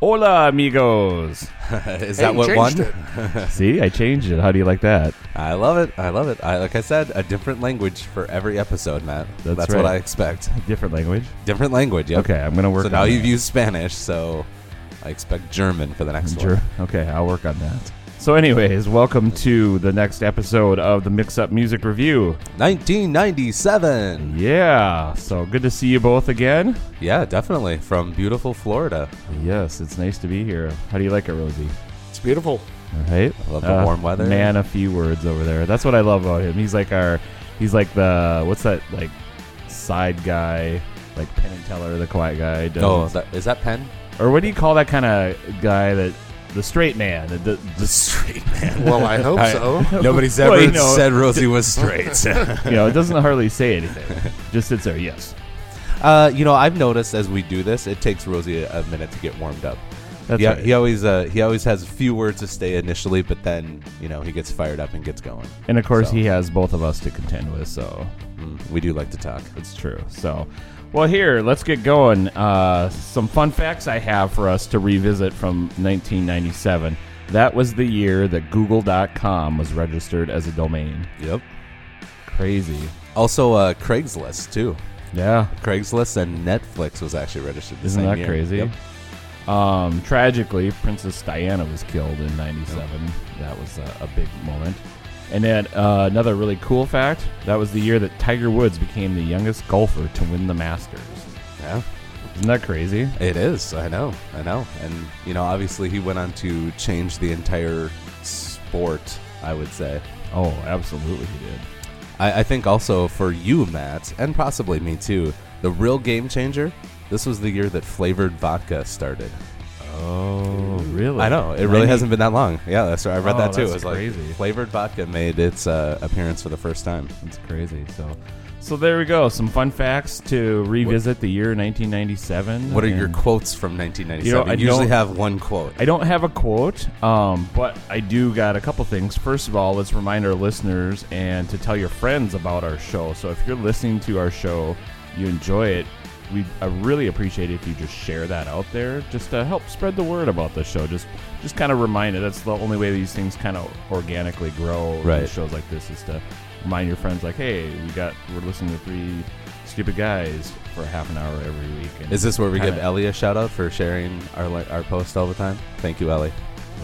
Hola, amigos. Is Hey, that you what changed won? it. See, I changed it. How do you like that? I love it. I love it. I, like I said, a different language for every episode, Matt. That's what right. I expect. Different language. Different language. Yep. Okay, I'm gonna work. So now on you've that. used Spanish, so I expect German for the next Sure. one. Okay, I'll work on that. So, anyways, welcome to the next episode of the Mix Up Music Review. 1997. Yeah. So good to see you both again. Yeah, definitely from beautiful Florida. Yes, it's nice to be here. How do you like it, Rosie? It's beautiful. All right. Uh, I love the warm weather. Ah, Man, a few words over there. That's what I love about him. He's like our, he's like the what's that like, side guy, like Penn and Teller, the quiet guy. does- Oh, is that, is that Penn? or what do you call that kind of guy that the straight man? The, the, The straight man. Well, I hope I- so. Nobody's Well, ever you know- said Rosie was straight. you know, it doesn't hardly say anything. Just sits there. Yes, uh, you know, I've noticed as we do this, it takes Rosie a, a minute to get warmed up. that's yeah, right. he always uh, he always has a few words to say initially, but then you know he gets fired up and gets going. And of course, So. he has both of us to contend with. So Mm, we do like to talk. It's true. So, well, here, let's get going. Uh, some fun facts I have for us to revisit from 1997. That was the year that Google.com was registered as a domain. Yep. Crazy. Also, uh, Craigslist too. Yeah. Craigslist and Netflix was actually registered. The Isn't same that year. crazy? Yep. Um, tragically, Princess Diana was killed in 97. That was a, a big moment. And then uh, another really cool fact that was the year that Tiger Woods became the youngest golfer to win the Masters. Yeah, Isn't that crazy? it is. I know. I know. And you know, obviously, he went on to change the entire sport. I would say. Oh, absolutely, he did. I, I think also for you, Matt, and possibly me too. The real game changer. This was the year that flavored vodka started. Oh, really? I know it really hasn't been that long. Yeah, that's right. I read Oh, that too. that's it was crazy. like flavored vodka made its uh, appearance for the first time. It's crazy. So, so there we go. Some fun facts to revisit the year 1997. What are your and- quotes from 1997? You, You know, I usually don't- have one quote. I don't have a quote, um, but I do got a couple things. First of all, let's remind our listeners and to tell your friends about our show. So if you're listening to our show, you enjoy it. We I really appreciate it if you just share that out there, just to help spread the word about the show. Just just kind of remind it. That's the only way these things kind of organically grow. Right. with Shows like this is to remind your friends, like, hey, we got we're listening to three stupid guys for half an hour every week. And Is this where we give kinda- Ellie a shout out for sharing our li- our post all the time? Thank you, Ellie.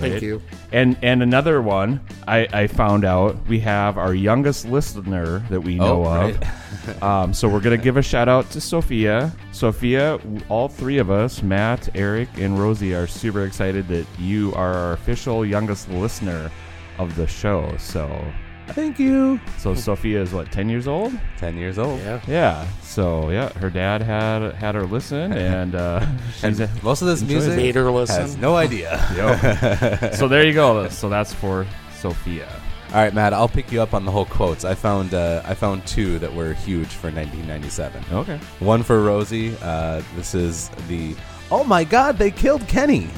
Thank Right. you. And and another one I, I found out we have our youngest listener that we Oh, know of. Um, so we're gonna give a shout out to Sophia. Sophia, w- all three of us, Matt, Eric, and Rosie, are super excited that you are our official youngest listener of the show. So Thank you. so Sophia is what ten years old? Ten years old. Yeah. Yeah. So yeah, her dad had had her listen, and uh, she's And a, most of this music Made her listen. has no idea. Yep. so there you go. So that's for Sophia. all right, Matt. I'll pick you up on the whole quotes. I found uh, I found two that were huge for 1997. Okay. One for Rosie. Uh, this is the Oh my God, they killed Kenny.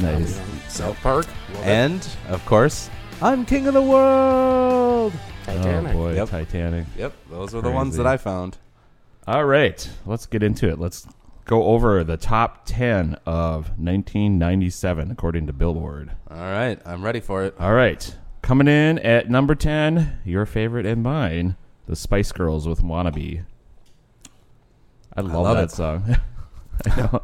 Nice. South Park. Love it. And of course, I'm king of the world. Titanic. Oh boy, Yep. Titanic. Yep, those were the ones Crazy. that I found. All right, let's get into it. Let's go over the top 10 of 1997 according to Billboard. All right, I'm ready for it. All right, coming in at number 10, your favorite and mine, the Spice Girls with Wannabe. I love, love that it. song. I, know.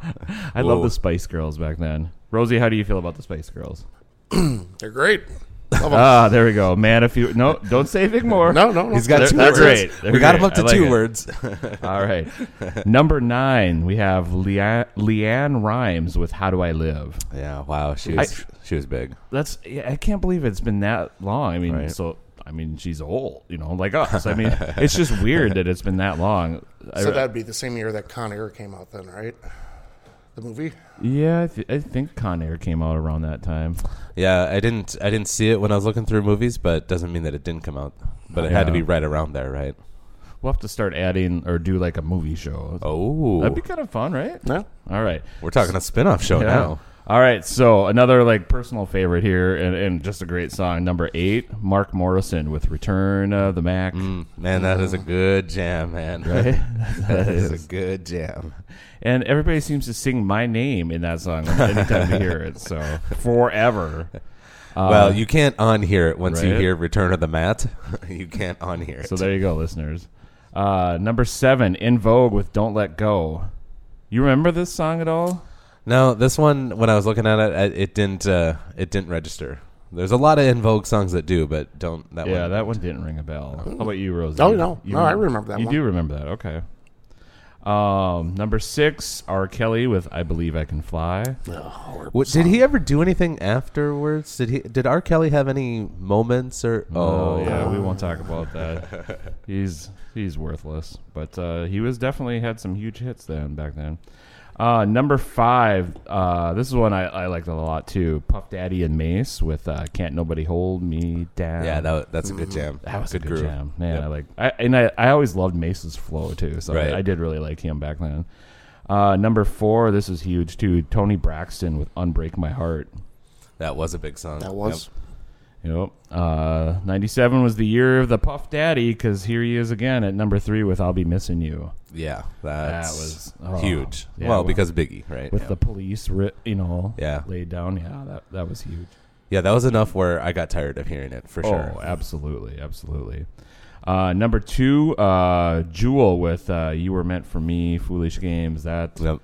I love Whoa. the Spice Girls back then. Rosie, how do you feel about the Spice Girls? They're great. Love 'em. Ah, there we go. Man, if you no, don't say anything more. no, no, no. He's got They're- two they're words. great. They're we got him great. up to I like two it. words. All right. Number nine, we have Leanne, Leanne Rhymes with "How Do I Live." yeah, wow, she I- was she was big. That's yeah, I can't believe it's been that long. I mean, Right. so I mean, she's old, you know, like us. I mean, it's just weird that it's been that long. I- so that'd be the same year that Con Air came out, then, right? The movie. yeah, I, th- I think Con Air came out around that time. Yeah, I didn't I didn't see it when I was looking through movies, but doesn't mean that it didn't come out. But it had to Yeah. be right around there, right? We'll have to start adding or do like a movie show. Oh, That'd be kind of fun, right? No. All right. we're talking a spin-off show Yeah. now. All right, so another like personal favorite here, and, and just a great song. Number eight, Mark Morrison with "Return of the Mac." Hmm, Man, that is a good jam, man. Right? that is a good jam. And everybody seems to sing my name in that song anytime they hear it. So forever. well, you can't unhear it once you Uh, right? hear Return of the Mat. you can't unhear it. So there you go, listeners. Uh, number seven, In Vogue with "Don't Let Go." You remember this song at all? no, this one when I was looking at it, I- it didn't uh, it didn't register. There's a lot of in vogue songs that do, but don't that Yeah, one. that one didn't ring a bell. How about you, Rosie? Oh, no. You No, I remember that You one. do remember that. Okay. Um, number six, R. Kelly with I Believe I Can Fly. What, did he ever do anything afterwards? Did he? Did R. Kelly have any moments or? Oh, Oh, yeah, we won't talk about that. he's he's worthless, but uh, he was definitely had some huge hits then back then. Uh, number five, uh, this is one I, I liked a lot too. Puff Daddy and Mace with uh, "Can't Nobody Hold Me Down." yeah, that, that's a good jam. That was a good groove. jam, man. Yep. I like, I, and I, I always loved Mace's flow too, so Right. I, I did really like him back then. Uh, number four, this is huge too. Tony Braxton with "Unbreak My Heart." That was a big song. That was. Yep. Uh, 97 was the year of the Puff Daddy because here he is again at number three with I'll Be Missing You. Yep. Yeah, that's was- oh, huge. yeah, well, well, because Biggie, right? With yeah. the police, ri- you know, Yeah. laid down. Yeah, that, that was huge. Yeah, that was enough where I got tired of hearing it for sure. Oh, absolutely. Absolutely. Uh, number two, uh, Jewel with uh, You Were Meant for Me, Foolish Games. That Yep.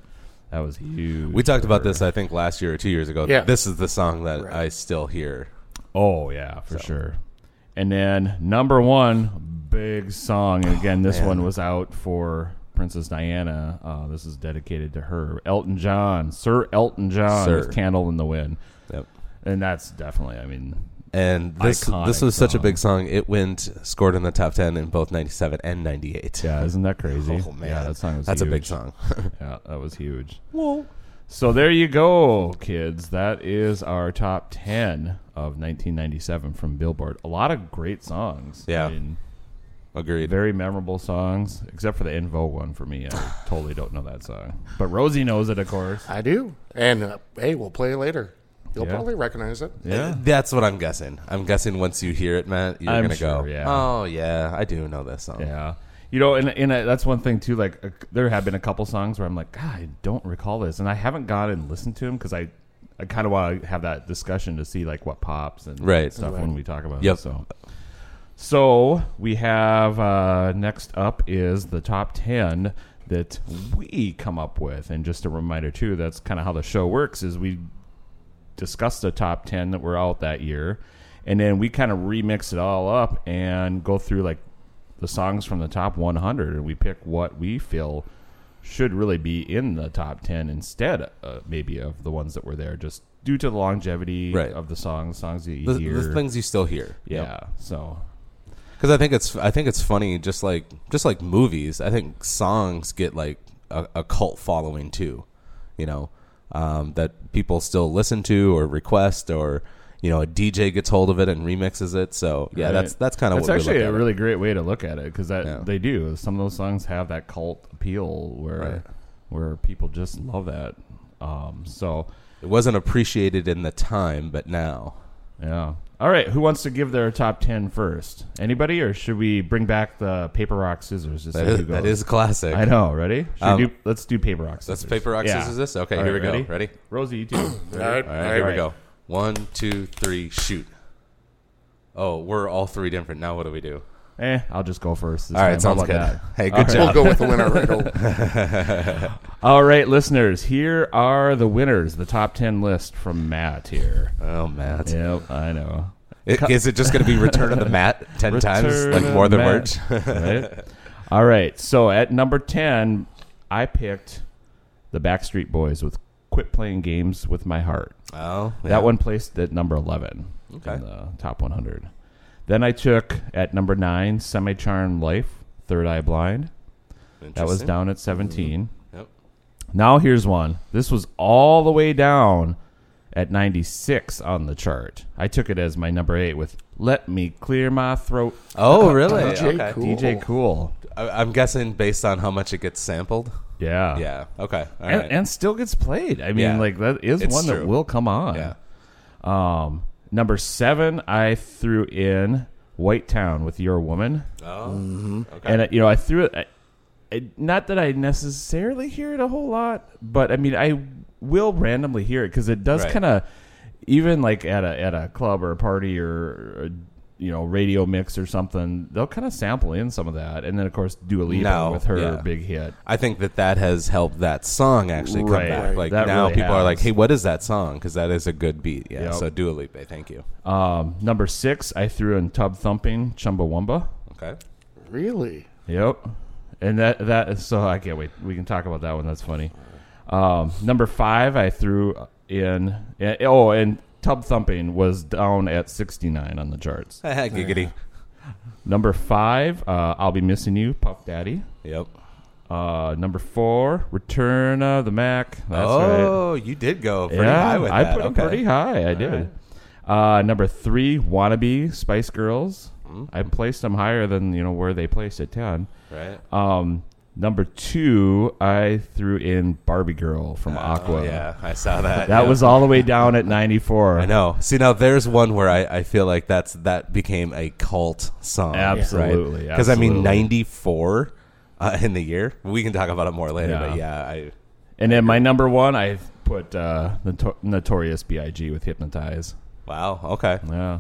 that was huge. We talked about this, I think, last year or two years ago. Yeah. This is the song that Right. I still hear. Oh yeah, for sure. And then number one, big song, Oh, and again, this one was out for Princess Diana. Uh, this is dedicated to her. Elton John, Sir Elton John, Sir. with "Candle in the Wind," Yep. and that's definitely. I mean, And this Iconic this was such a song. big song. It went scored in the top ten in both ninety seven and ninety eight. yeah, isn't that crazy? Oh man, yeah, that song was. that's a big huge. song. Yeah, that was huge. Whoa. So there you go, kids. That is our top ten of 1997 from Billboard. A lot of great songs. Yeah. I mean, Agreed. very memorable songs, except for the Invo one for me. I totally don't know that song, but Rosie knows it, of course. I do. And uh, hey, we'll play it later. You'll Yeah. probably recognize it. Yeah, Uh, That's what I'm guessing. I'm guessing once you hear it, Matt, you're I'm gonna go. sure, yeah. Oh yeah, I do know this song. yeah. You know, and, and uh, that's one thing too. Like, uh, there have been a couple songs where I'm like, God, I don't recall this, and I haven't gone and listened to them because I, I kind of want to have that discussion to see like what pops and Right. stuff when we talk about Yep. it. So, so we have uh, next up is the top ten that we come up with, and just a reminder too. That's kind of how the show works: is we discuss the top 10 that were out that year and then we kind of remix it all up and go through like the songs from the top 100 and we pick what we feel should really be in the top 10 instead uh, maybe of the ones that were there just due to the longevity Right. of the songs songs that you The, hear the things you still hear. yeah so Because I think it's I think it's funny, just like just like movies. I think songs get like a, a cult following too, you know, um, that people still listen to or request, or you know, a DJ gets hold of it and remixes it. So yeah, right? that's that's kind of that's what actually we look a at it. really great way to look at it because that Yeah. they do some of those songs have that cult appeal where Right. where people just love that um, so It wasn't appreciated in the time, but now Yeah. All right. Who wants to give their top 10 first? Anybody, or should we bring back the paper rock scissors? to see that who is, goes? that is a classic. I know. Ready? Should we Um, do, let's do paper rock scissors. That's paper rock Yeah. scissors. This okay? All here right, we go. Ready? Ready? Rosie, you too. Ready? All right. All right, here we go. One, two, three, shoot. Oh, we're all three different. Now what do we do? Eh, I'll just go first. this All right, time. How sounds about good. that? Hey, good All right. job. We'll go with the winner right Oh, over. All right, listeners. Here are the winners. The top 10 list from Matt here. Oh, Matt. Yep, I know. I- Is it just going to be Return of the Mat 10 times? Return Like of more than Matt, words? right? All right. So at number 10, I picked the Backstreet Boys with Quit Playing Games with My Heart. Oh, yeah. That one placed at number 11 Okay. in the top 100. Then I took at number 9, Semi Charmed Life, Third Eye Blind. That was Interesting. Mm-hmm. down at 17. Yep. Now here's one. This was all the way down at 96 on the chart. I took it as my number 8 with Let Me Clear My Throat, Oh, really? DJ okay. Cool. DJ Cool. I, I'm guessing based on how much it gets sampled. Yeah. Yeah. Okay. All And, right. and still gets played. I mean, Yeah. like that is It's one true. that will come on. yeah. Um, number seven, I threw in White Town with Your Woman, Oh. Okay. and uh, you know I threw it. I, I- not that I necessarily hear it a whole lot, but I mean I will randomly hear it because it does Right. kind of even like at a at a club or a party or. you know, radio mix or something. They'll kind of sample in some of that, and then of course Dua Lipa No, with her yeah. big hit. I think that that has helped that song actually come Right. back. Like That now, really people are has. like, "Hey, what is that song?" Because that is a good beat. Yeah. Yep. So Dua Lipa, thank you. Um, number six, I threw in Tub Thumping Chumbawamba. Okay. Really? Yep. And that that is so I can't wait. We can talk about that one. That's funny. Um, number five, I threw in. eh, Oh, and Tub Thumping was down at 69 on the charts. Giggity. Number five, uh, I'll Be Missing You, Puff Daddy. Yep. Uh, number four, Return of the Mac. That's right. oh, you did go pretty yeah, high with I that. put 'em okay. pretty high. I did. Uh, number three, Wannabe, Spice Girls. Mm. I placed them higher than you know where they placed at 10. Right. Um, number two, I threw in Barbie Girl from Aqua. Ah, yeah, I saw that. That yeah. was all the way down at 94. I know. See, now there's one where I, I feel like that's that became a cult song. Absolutely, Because I mean, absolutely. 94 uh, in the year. We can talk about it more later. Yeah. But yeah, I. And then my number one, I put uh, Noto- Notorious B.I.G. with Hypnotize. Wow. Okay. Yeah.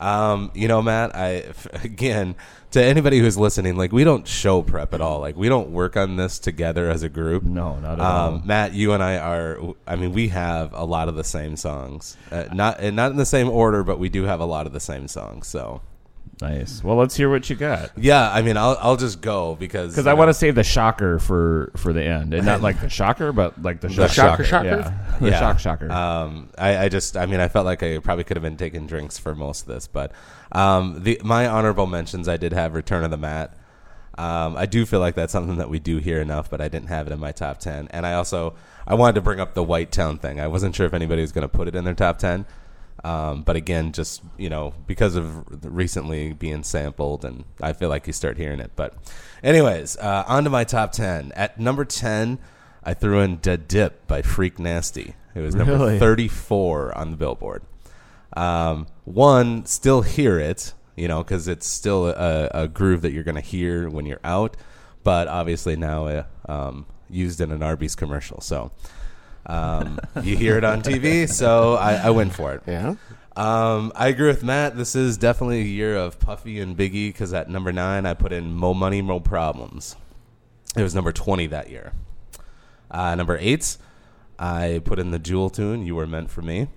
Um, you know, Matt, I f- again to anybody who's listening, like we don't show prep at all. Like we don't work on this together as a group. No, not at all. Um, Matt, you and I are. I mean, we have a lot of the same songs, uh, not and not in the same order, but we do have a lot of the same songs. So Nice. Well, let's hear what you got. yeah, I mean, I'll I'll just go because Because I want to save the shocker for, for the end. And not like the shocker, but like the shocker. shocker. shocker. Yeah. The Yeah. shock shocker. Um, I, I just, I mean, I felt like I probably could have been taking drinks for most of this, but um, the my honorable mentions, I did have Return of the Mat. Um, I do feel like that's something that we do hear enough, but I didn't have it in my top ten. And I also, I wanted to bring up the White Town thing. I wasn't sure if anybody was going to put it in their top ten, um, but again, just you know, because of recently being sampled, and I feel like you start hearing it. But, anyways, uh, on to my top ten. At number ten, I threw in "Da Dip" by Freak Nasty. It was number Really? 34 on the Billboard. Um, one, still hear it, you know, because it's still a, a groove that you're going to hear when you're out, but obviously now uh, um, used in an Arby's commercial. So um, you hear it on TV, so I, I went for it. Yeah. Um, I agree with Matt. This is definitely a year of Puffy and Biggie because at number nine, I put in Mo Money, Mo Problems. It was number 20 that year. Uh, number eight, I put in the Jewel tune, You Were Meant for Me.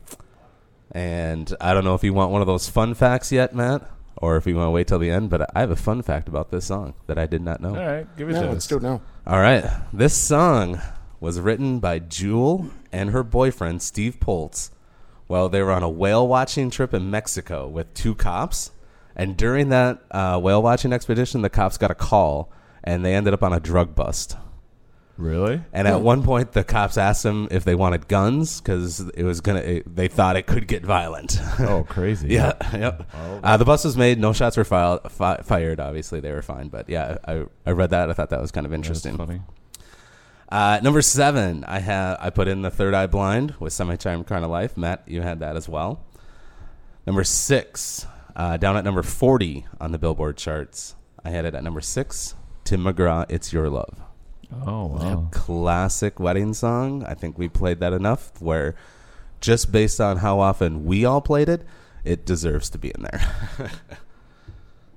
And I don't know if you want one of those fun facts yet, Matt, or if you want to wait till the end, but I have a fun fact about this song that I did not all know. right. Give it Yeah, to let's us. do it now. All right. This song was written by Jewel and her boyfriend, Steve Poltz, while they were on a whale watching trip in Mexico with two cops. And during that uh, whale watching expedition, the cops got a call and they ended up on a drug bust. Really? And at one point, the cops asked them if they wanted guns because it was gonna. It, they thought it could get violent. Oh, crazy. Yeah, yep. Uh, the bus was made. No shots were filed, fi- fired. Obviously, they were fine. But yeah, I, I read that. I thought that was kind of That's interesting. funny. Uh, number seven, I have I put in the Third Eye Blind with Semi Charm Kind of Life. Matt, you had that as well. Number six, uh, down at number forty on the Billboard charts, I had it at number six. Tim McGraw, "It's Your Love." Oh, wow. classic wedding song. I think we played that enough where just based on how often we all played it, it deserves to be in there.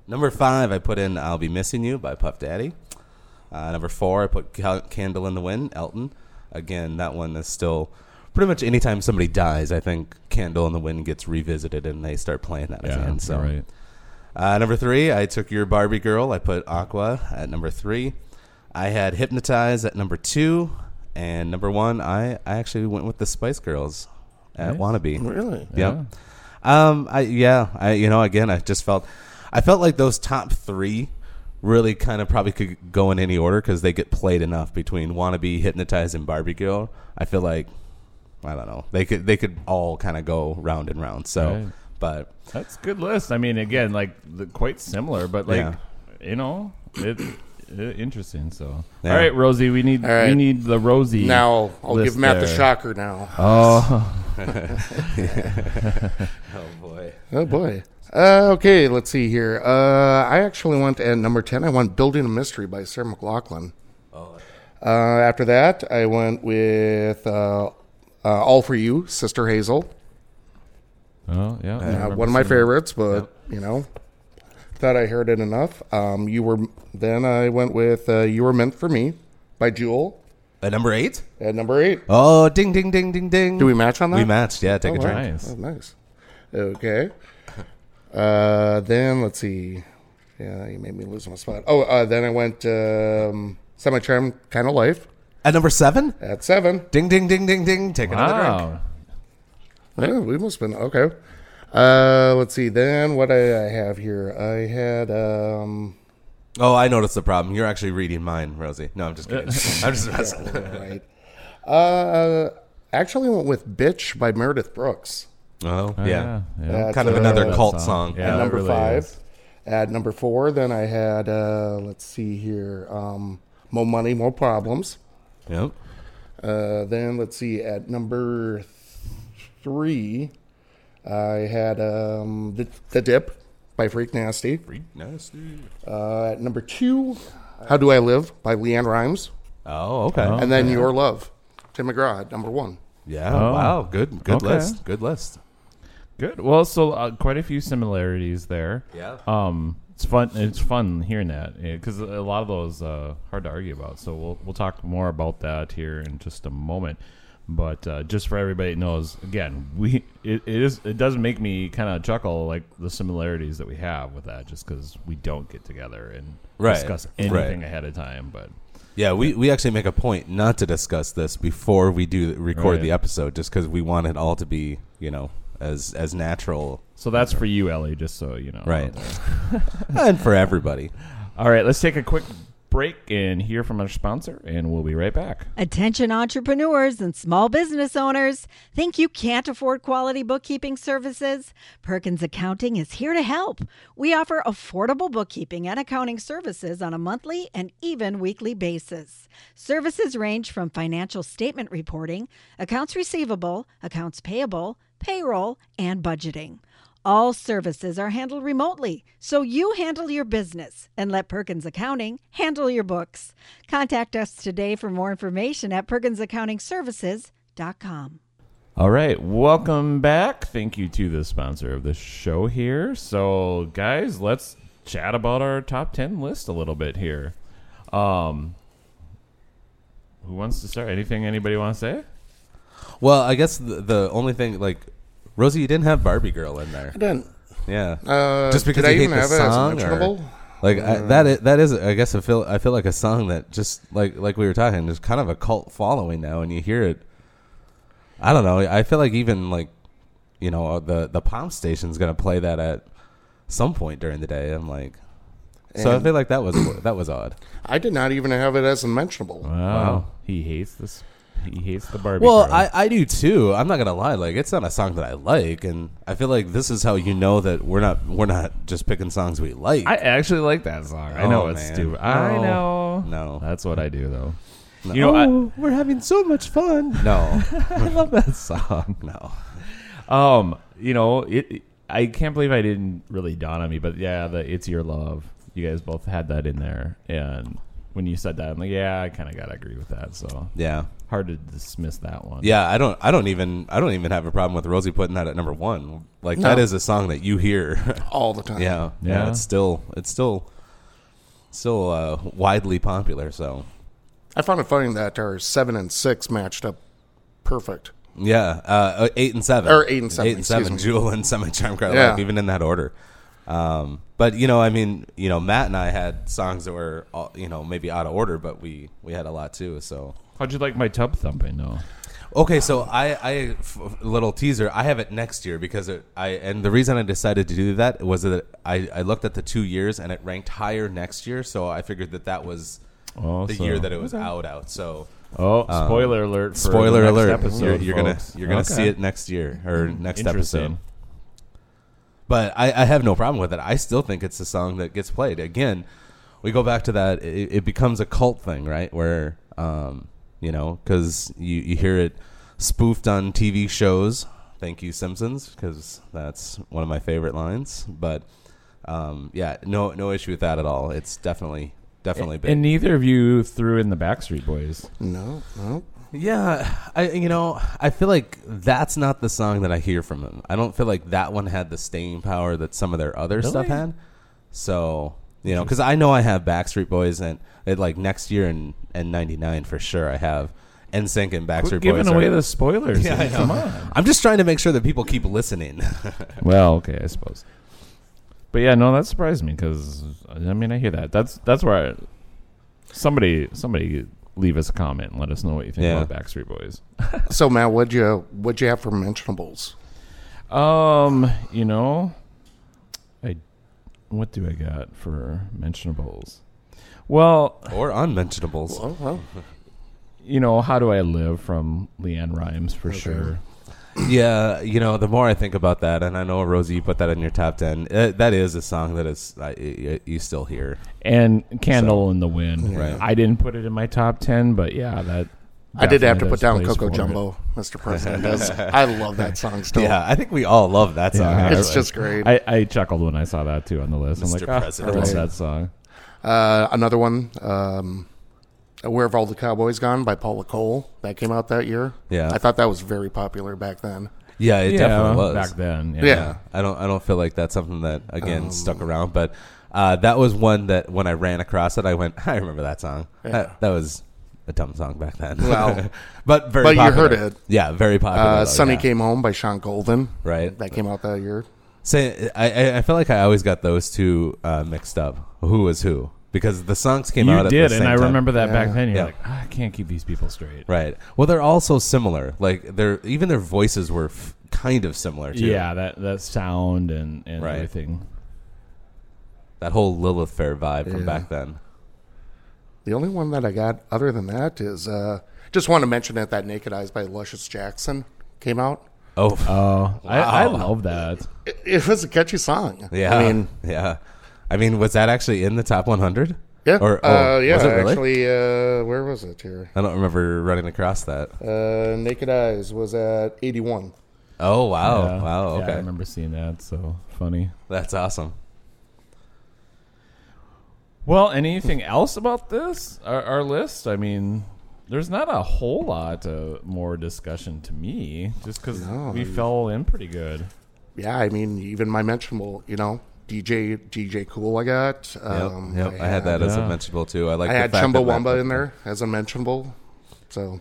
number five, I put in I'll Be Missing You by Puff Daddy. Uh, number four, I put Cal- Candle in the Wind, Elton. Again, that one is still pretty much anytime somebody dies, I think Candle in the Wind gets revisited and they start playing that Yeah, again. So, you're right. uh, number three, I took your Barbie girl. I put Aqua at number three. I had Hypnotize at number two, and number one, I, I actually went with the Spice Girls at Nice. Wannabe. Really? Yep. Um. I yeah. I you know again I just felt I felt like those top three really kind of probably could go in any order because they get played enough between Wannabe, Hypnotize, and Barbie girl. I feel like I don't know they could they could all kind of go round and round. So, Right. but That's a good list. I mean, again, like the, quite similar, but like Yeah. you know, it uh, interesting. So, Yeah. all right, Rosie, we need All right. we need the Rosie. Now I'll list give Matt the there. shocker now. Oh, Oh boy. Oh boy. Uh, okay, let's see here. Uh, I actually went at number ten. I went "Building a Mystery" by Sarah McLaughlin. Oh. Uh, after that, I went with uh, uh, "All for You," Sister Hazel. oh yeah. I Uh, remember one of my seeing that. favorites, but you know, thought I heard it enough. Um, you were then I went with uh, "You Were Meant for Me" by Jewel At number eight? at number eight. Oh, ding, ding, ding, ding, ding. Do we match on that? We matched. Yeah, take a Oh, drink. wow. Nice. Oh, nice. Okay. Uh, then let's see. Yeah, you made me lose my spot. Oh, uh, then I went um, semi charm kind of life At number seven? at seven. Ding, ding, ding, ding, ding. Take another drink. Wow. Yeah, we must have been okay. Uh, let's see. Then what I, I have here, I had um, Oh, I noticed the problem. You're actually reading mine, Rosie. No, I'm just kidding. I'm just messing. right. Uh, actually went with "Bitch" by Meredith Brooks. Oh, Oh, yeah. yeah. That's, Kind of uh, another That cult song. Yeah, at that number really five. is. At number four, then I had uh, let's see here, um, more money, more problems. Yep. Uh, then let's see, at number th- three, I had um, the, the Dip by Freak Nasty. Nasty. Uh, at number two, How Do I Live by Leanne Rhymes, Oh, okay. and then Your Love, Tim McGraw at number one. Yeah. Oh. Wow. Good. Good Okay. list. Good list. Good. Well, so uh, quite a few similarities there. Yeah. Um, it's fun. It's fun hearing that because a lot of those uh, hard to argue about. So we'll we'll talk more about that here in just a moment. But uh, just for everybody that knows, again, we it, it is it does make me kind of chuckle like the similarities that we have with that, just because we don't get together and Right. discuss Right. anything ahead of time. But Yeah, we, we actually make a point not to discuss this before we do record Right. the episode, just because we want it all to be you know as as natural, so that's for you, Ellie. Just so you know, right? and for everybody, All right, let's take a quick break and hear from our sponsor, and we'll be right back. Attention entrepreneurs and small business owners. Think you can't afford quality bookkeeping services? Perkins Accounting is here to help. We offer affordable bookkeeping and accounting services on a monthly and even weekly basis. Services range from financial statement reporting, accounts receivable, accounts payable, payroll, and budgeting. All services are handled remotely, so you handle your business and let Perkins Accounting handle your books. Contact us today for more information at perkinsaccountingservices.com. All right, welcome back. Thank you to the sponsor of the show here. So, guys, let's chat about our top 10 list a little bit here. Um who wants to start? Anything anybody want to say? well, I guess the, the only thing like Rosie, you didn't have Barbie Girl in there, I didn't. yeah, Uh, just because did I you hate even the have it as song, or- mentionable? Uh. like I, that is, that is I guess I feel I feel like a song that just like like we were talking, there's kind of a cult following now, and you hear it. I don't know. I feel like even like you know uh, the the pop station's gonna play that at some point during the day. I'm like, so I And- feel like that was that was odd. I did not even have it as a mentionable. Wow. Um, He hates this. He hates the Barbie. Well, girl. I, I do too. I'm not gonna lie. Like it's not a song that I like, and I feel like this is how you know that we're not we're not just picking songs we like. I actually like that song. I know Oh, it's man. stupid. I No. know. No. That's what I do though. You know, I, we're having Oh, so much fun. No, I love that song. No. Um, you know, it, it- I can't believe I didn't really dawn on me, but yeah, the "It's Your Love." You guys both had that in there, and when you said that, I'm like, yeah, I kind of gotta agree with that. So Yeah. hard to dismiss that one. Yeah, I don't. I don't even. I don't even have a problem with Rosie putting that at number one. Like that No. is a song that you hear. All the time. yeah, yeah. Yeah. It's still. It's still. Still uh, widely popular. So I found it funny that our seven and six matched up perfect. yeah, uh, uh, eight and seven Or eight and seven, Eight and excuse seven. me. Jewel and Semi Charm Cry Yeah. Life, even in that order. Um, but you know, I mean, you know, Matt and I had songs that were, all, you know, maybe out of order, but we we had a lot too. So How'd you like my tub thumping? though? Okay, so I, I f- little teaser. I have it next year because it, I and the reason I decided to do that was that I, I looked at the two years and it ranked higher next year, so I figured that that was Oh, the so- year that it was out out. So Oh, spoiler alert! For spoiler the next alert, Episode, you're, you're gonna folks. you're gonna Okay. see it next year or next episode. Interesting. But I, I have no problem with it. I still think it's a song that gets played again. we go back to that. It, it becomes a cult thing, right? Where um, you know, because you you hear it spoofed on TV shows. Thank you, Simpsons, because that's one of my favorite lines. But um, yeah, no no issue with that at all. It's definitely definitely big. And neither of you threw in the Backstreet Boys. No, no. Yeah, I you know I feel like that's not the song that I hear from them. I don't feel like that one had the staying power that some of their other stuff Really? had. So you know, because I know I have Backstreet Boys and it, like next year and and '99 for sure I have NSYNC and Backstreet Quit giving Boys. are- away the spoilers. Come on. I'm just trying to make sure that people keep listening. Well, okay, I suppose. But yeah, no, that surprised me because I mean, I hear that. That's that's where I, somebody somebody leave us a comment and let us know what you think Yeah. about Backstreet Boys. So Matt, what'd you what'd you have for mentionables? Um, you know, I what do I got for mentionables? Well, or unmentionables. Well, well, you know, how do I live from Leanne Rhymes for sure. Yeah, you know, the more I think about that, and I know Rosie, you put that in your top ten. Uh, that is a song that is I, I, you still hear. And Candle in the Wind. Right. I didn't put it in my top ten, but yeah, that I did have to definitely put does down place Coco for it. Jumbo, Mr. President. That's- I love that song still. Yeah, I think we all love that song. Yeah. actually. It's just great. I, I chuckled when I saw that too on the list. I'm Mr. like, "Ah, President." I love that song. Uh, another one, um, Where Have All the Cowboys Gone by Paula Cole. That came out that year. Yeah. I thought that was very popular back then. Yeah, it definitely was. back then. Um, Yeah. Yeah. Yeah, I don't. I don't feel like that's something that again stuck around. But uh, that was one that when I ran across it, I went, I remember that song. That, that was a dumb song back then. Wow. but very. But you popular. heard it. Yeah, very popular. Uh, though, Sunny yeah. Came Home by Sean Golden. Right. That came out that year. Say, I- I, I feel like I always got those two uh, mixed up. Who was who? Because the songs came out. You at did, the and same I time. remember that back then. You're Yeah. like, "Ah, I can't keep these people straight. Right. Well, they're all so similar. Like their even their voices were f- kind of similar too. Yeah, that that sound and and Right. everything. That whole Lilith Fair vibe from Yeah. back then. The only one that I got other than that is uh, just want to mention that that Naked Eyes by Luscious Jackson came out. Oh. Oh, I, I Wow. love that. It, it was a catchy song. Yeah. I mean, yeah. I mean, was that actually in the top 100? yeah. Or oh, uh, yeah, was it really? actually, uh, where was it here? I don't remember running across that. Uh, Naked Eyes was at 81. Oh wow, Yeah. wow, Yeah, okay, I remember seeing that. So funny. that's awesome. Well, anything else about this our, our list? I mean, there's not a whole lot uh, more discussion to me, just because we fell in pretty good. yeah, I mean, even my mentionable, you know, DJ DJ Cool I got. Yep, Um, yep. I had that as a Oh, Yeah. mentionable too. I like. I the had fact that that- Chumbawamba in there as a mentionable. So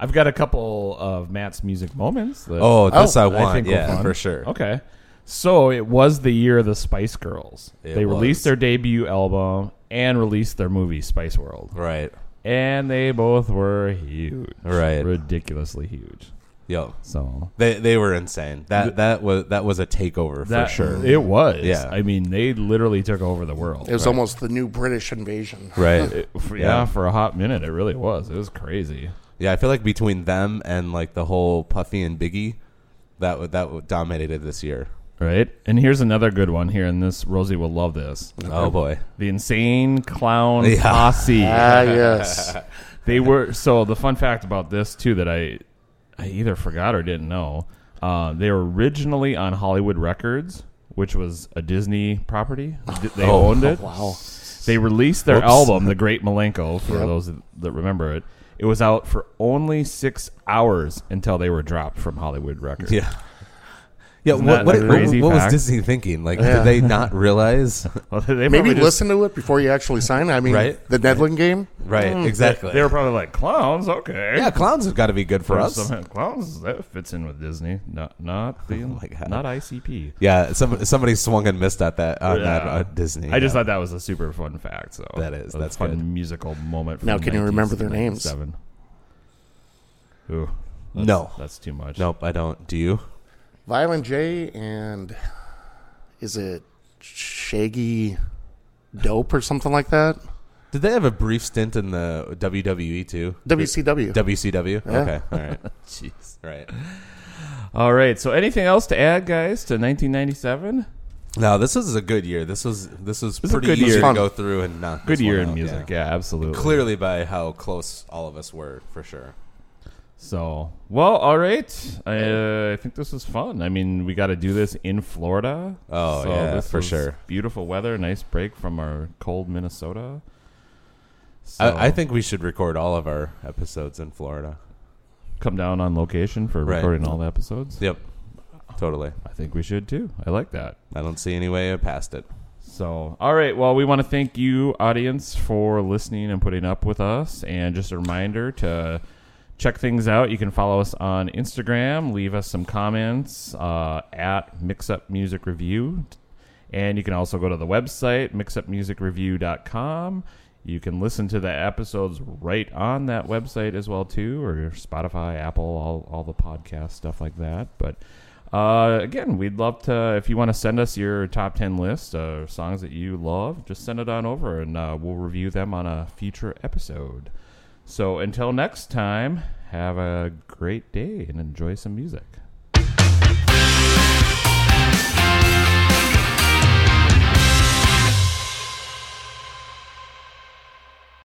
I've got a couple of Matt's music moments. That Oh, this I I want. think we're yeah, fun. for sure. Okay. So it was the year of the Spice Girls. It they was. released their debut album and released their movie Spice World. Right. And they both were huge. Right. Ridiculously huge. Yo, So they they were insane. That that was that was a takeover that, for sure. It was. Yeah. I mean, they literally took over the world. it was almost the new British invasion. right. It- for- yeah, Yeah. for a hot minute, it really was. It was crazy. Yeah, I feel like between them and like the whole Puffy and Biggie, that wa- that wa- dominated this year. Right? And here's another good one here, and this Rosie will love this. Oh boy. The Insane Clown Yeah. Posse. Ah, yes. They were so the fun fact about this too that I I either forgot or didn't know. Uh, they were originally on Hollywood Records, which was a Disney property. D- They owned it. wow. They released their Oh, Whoops. album, The Great Malenko, for Yep. those that remember it. It was out for only six hours until they were dropped from Hollywood Records. Yeah. Yeah, Isn't what, that what, a crazy what was fact? Disney thinking? Like, did they not realize? Well, they Maybe probably just- listen to it before you actually sign. I mean, Right. the Nedlin game. Hmm. right, exactly. They were probably like clowns. Okay. Mm. yeah, clowns have got to be good for Or us. something. Clowns that fits in with Disney. Not not the Oh my God. not ICP. Yeah, some, somebody swung and missed at that on that Yeah. uh, Disney. I just yeah. thought that was a super fun fact. So That is, A that's fun good. musical moment. From Now, can you remember their names? 1997. Ooh, that's- No. that's too much. nope, I don't. Do you? Violent J and is it Shaggy Dope or something like that? Did they have a brief stint in the WWE too? WCW. WCW. Yeah. Okay, all right, Jeez. right. All right. So, anything else to add, guys, to 1997? No, this is a good year. This was this was is a pretty good easy year. to Fun. go through and knock. Good this year one in out, music. yeah. Yeah, absolutely. Clearly by how close all of us were, for sure. So, well, all right. I, uh, I think this was fun. I mean, we got to do this in Florida. Oh, yeah, for was sure. Beautiful weather, nice break from our cold Minnesota. So, I, I think we should record all of our episodes in Florida. come down on location for Right. recording all the episodes. Yep, totally. I think we should too. I like that. I don't see any way past it. So, all right. Well, we want to thank you, audience, for listening and putting up with us. And just a reminder to check things out. You can follow us on Instagram, leave us some comments uh, at Mix Up Music Review. And you can also go to the website, mixupmusicreview.com. You can listen to the episodes right on that website as well, too, or Spotify, Apple, all, all the podcast stuff like that. But uh, again, we'd love to, if you want to send us your top 10 list of songs that you love, just send it on over and uh, we'll review them on a future episode. So until next time, have a great day and enjoy some music.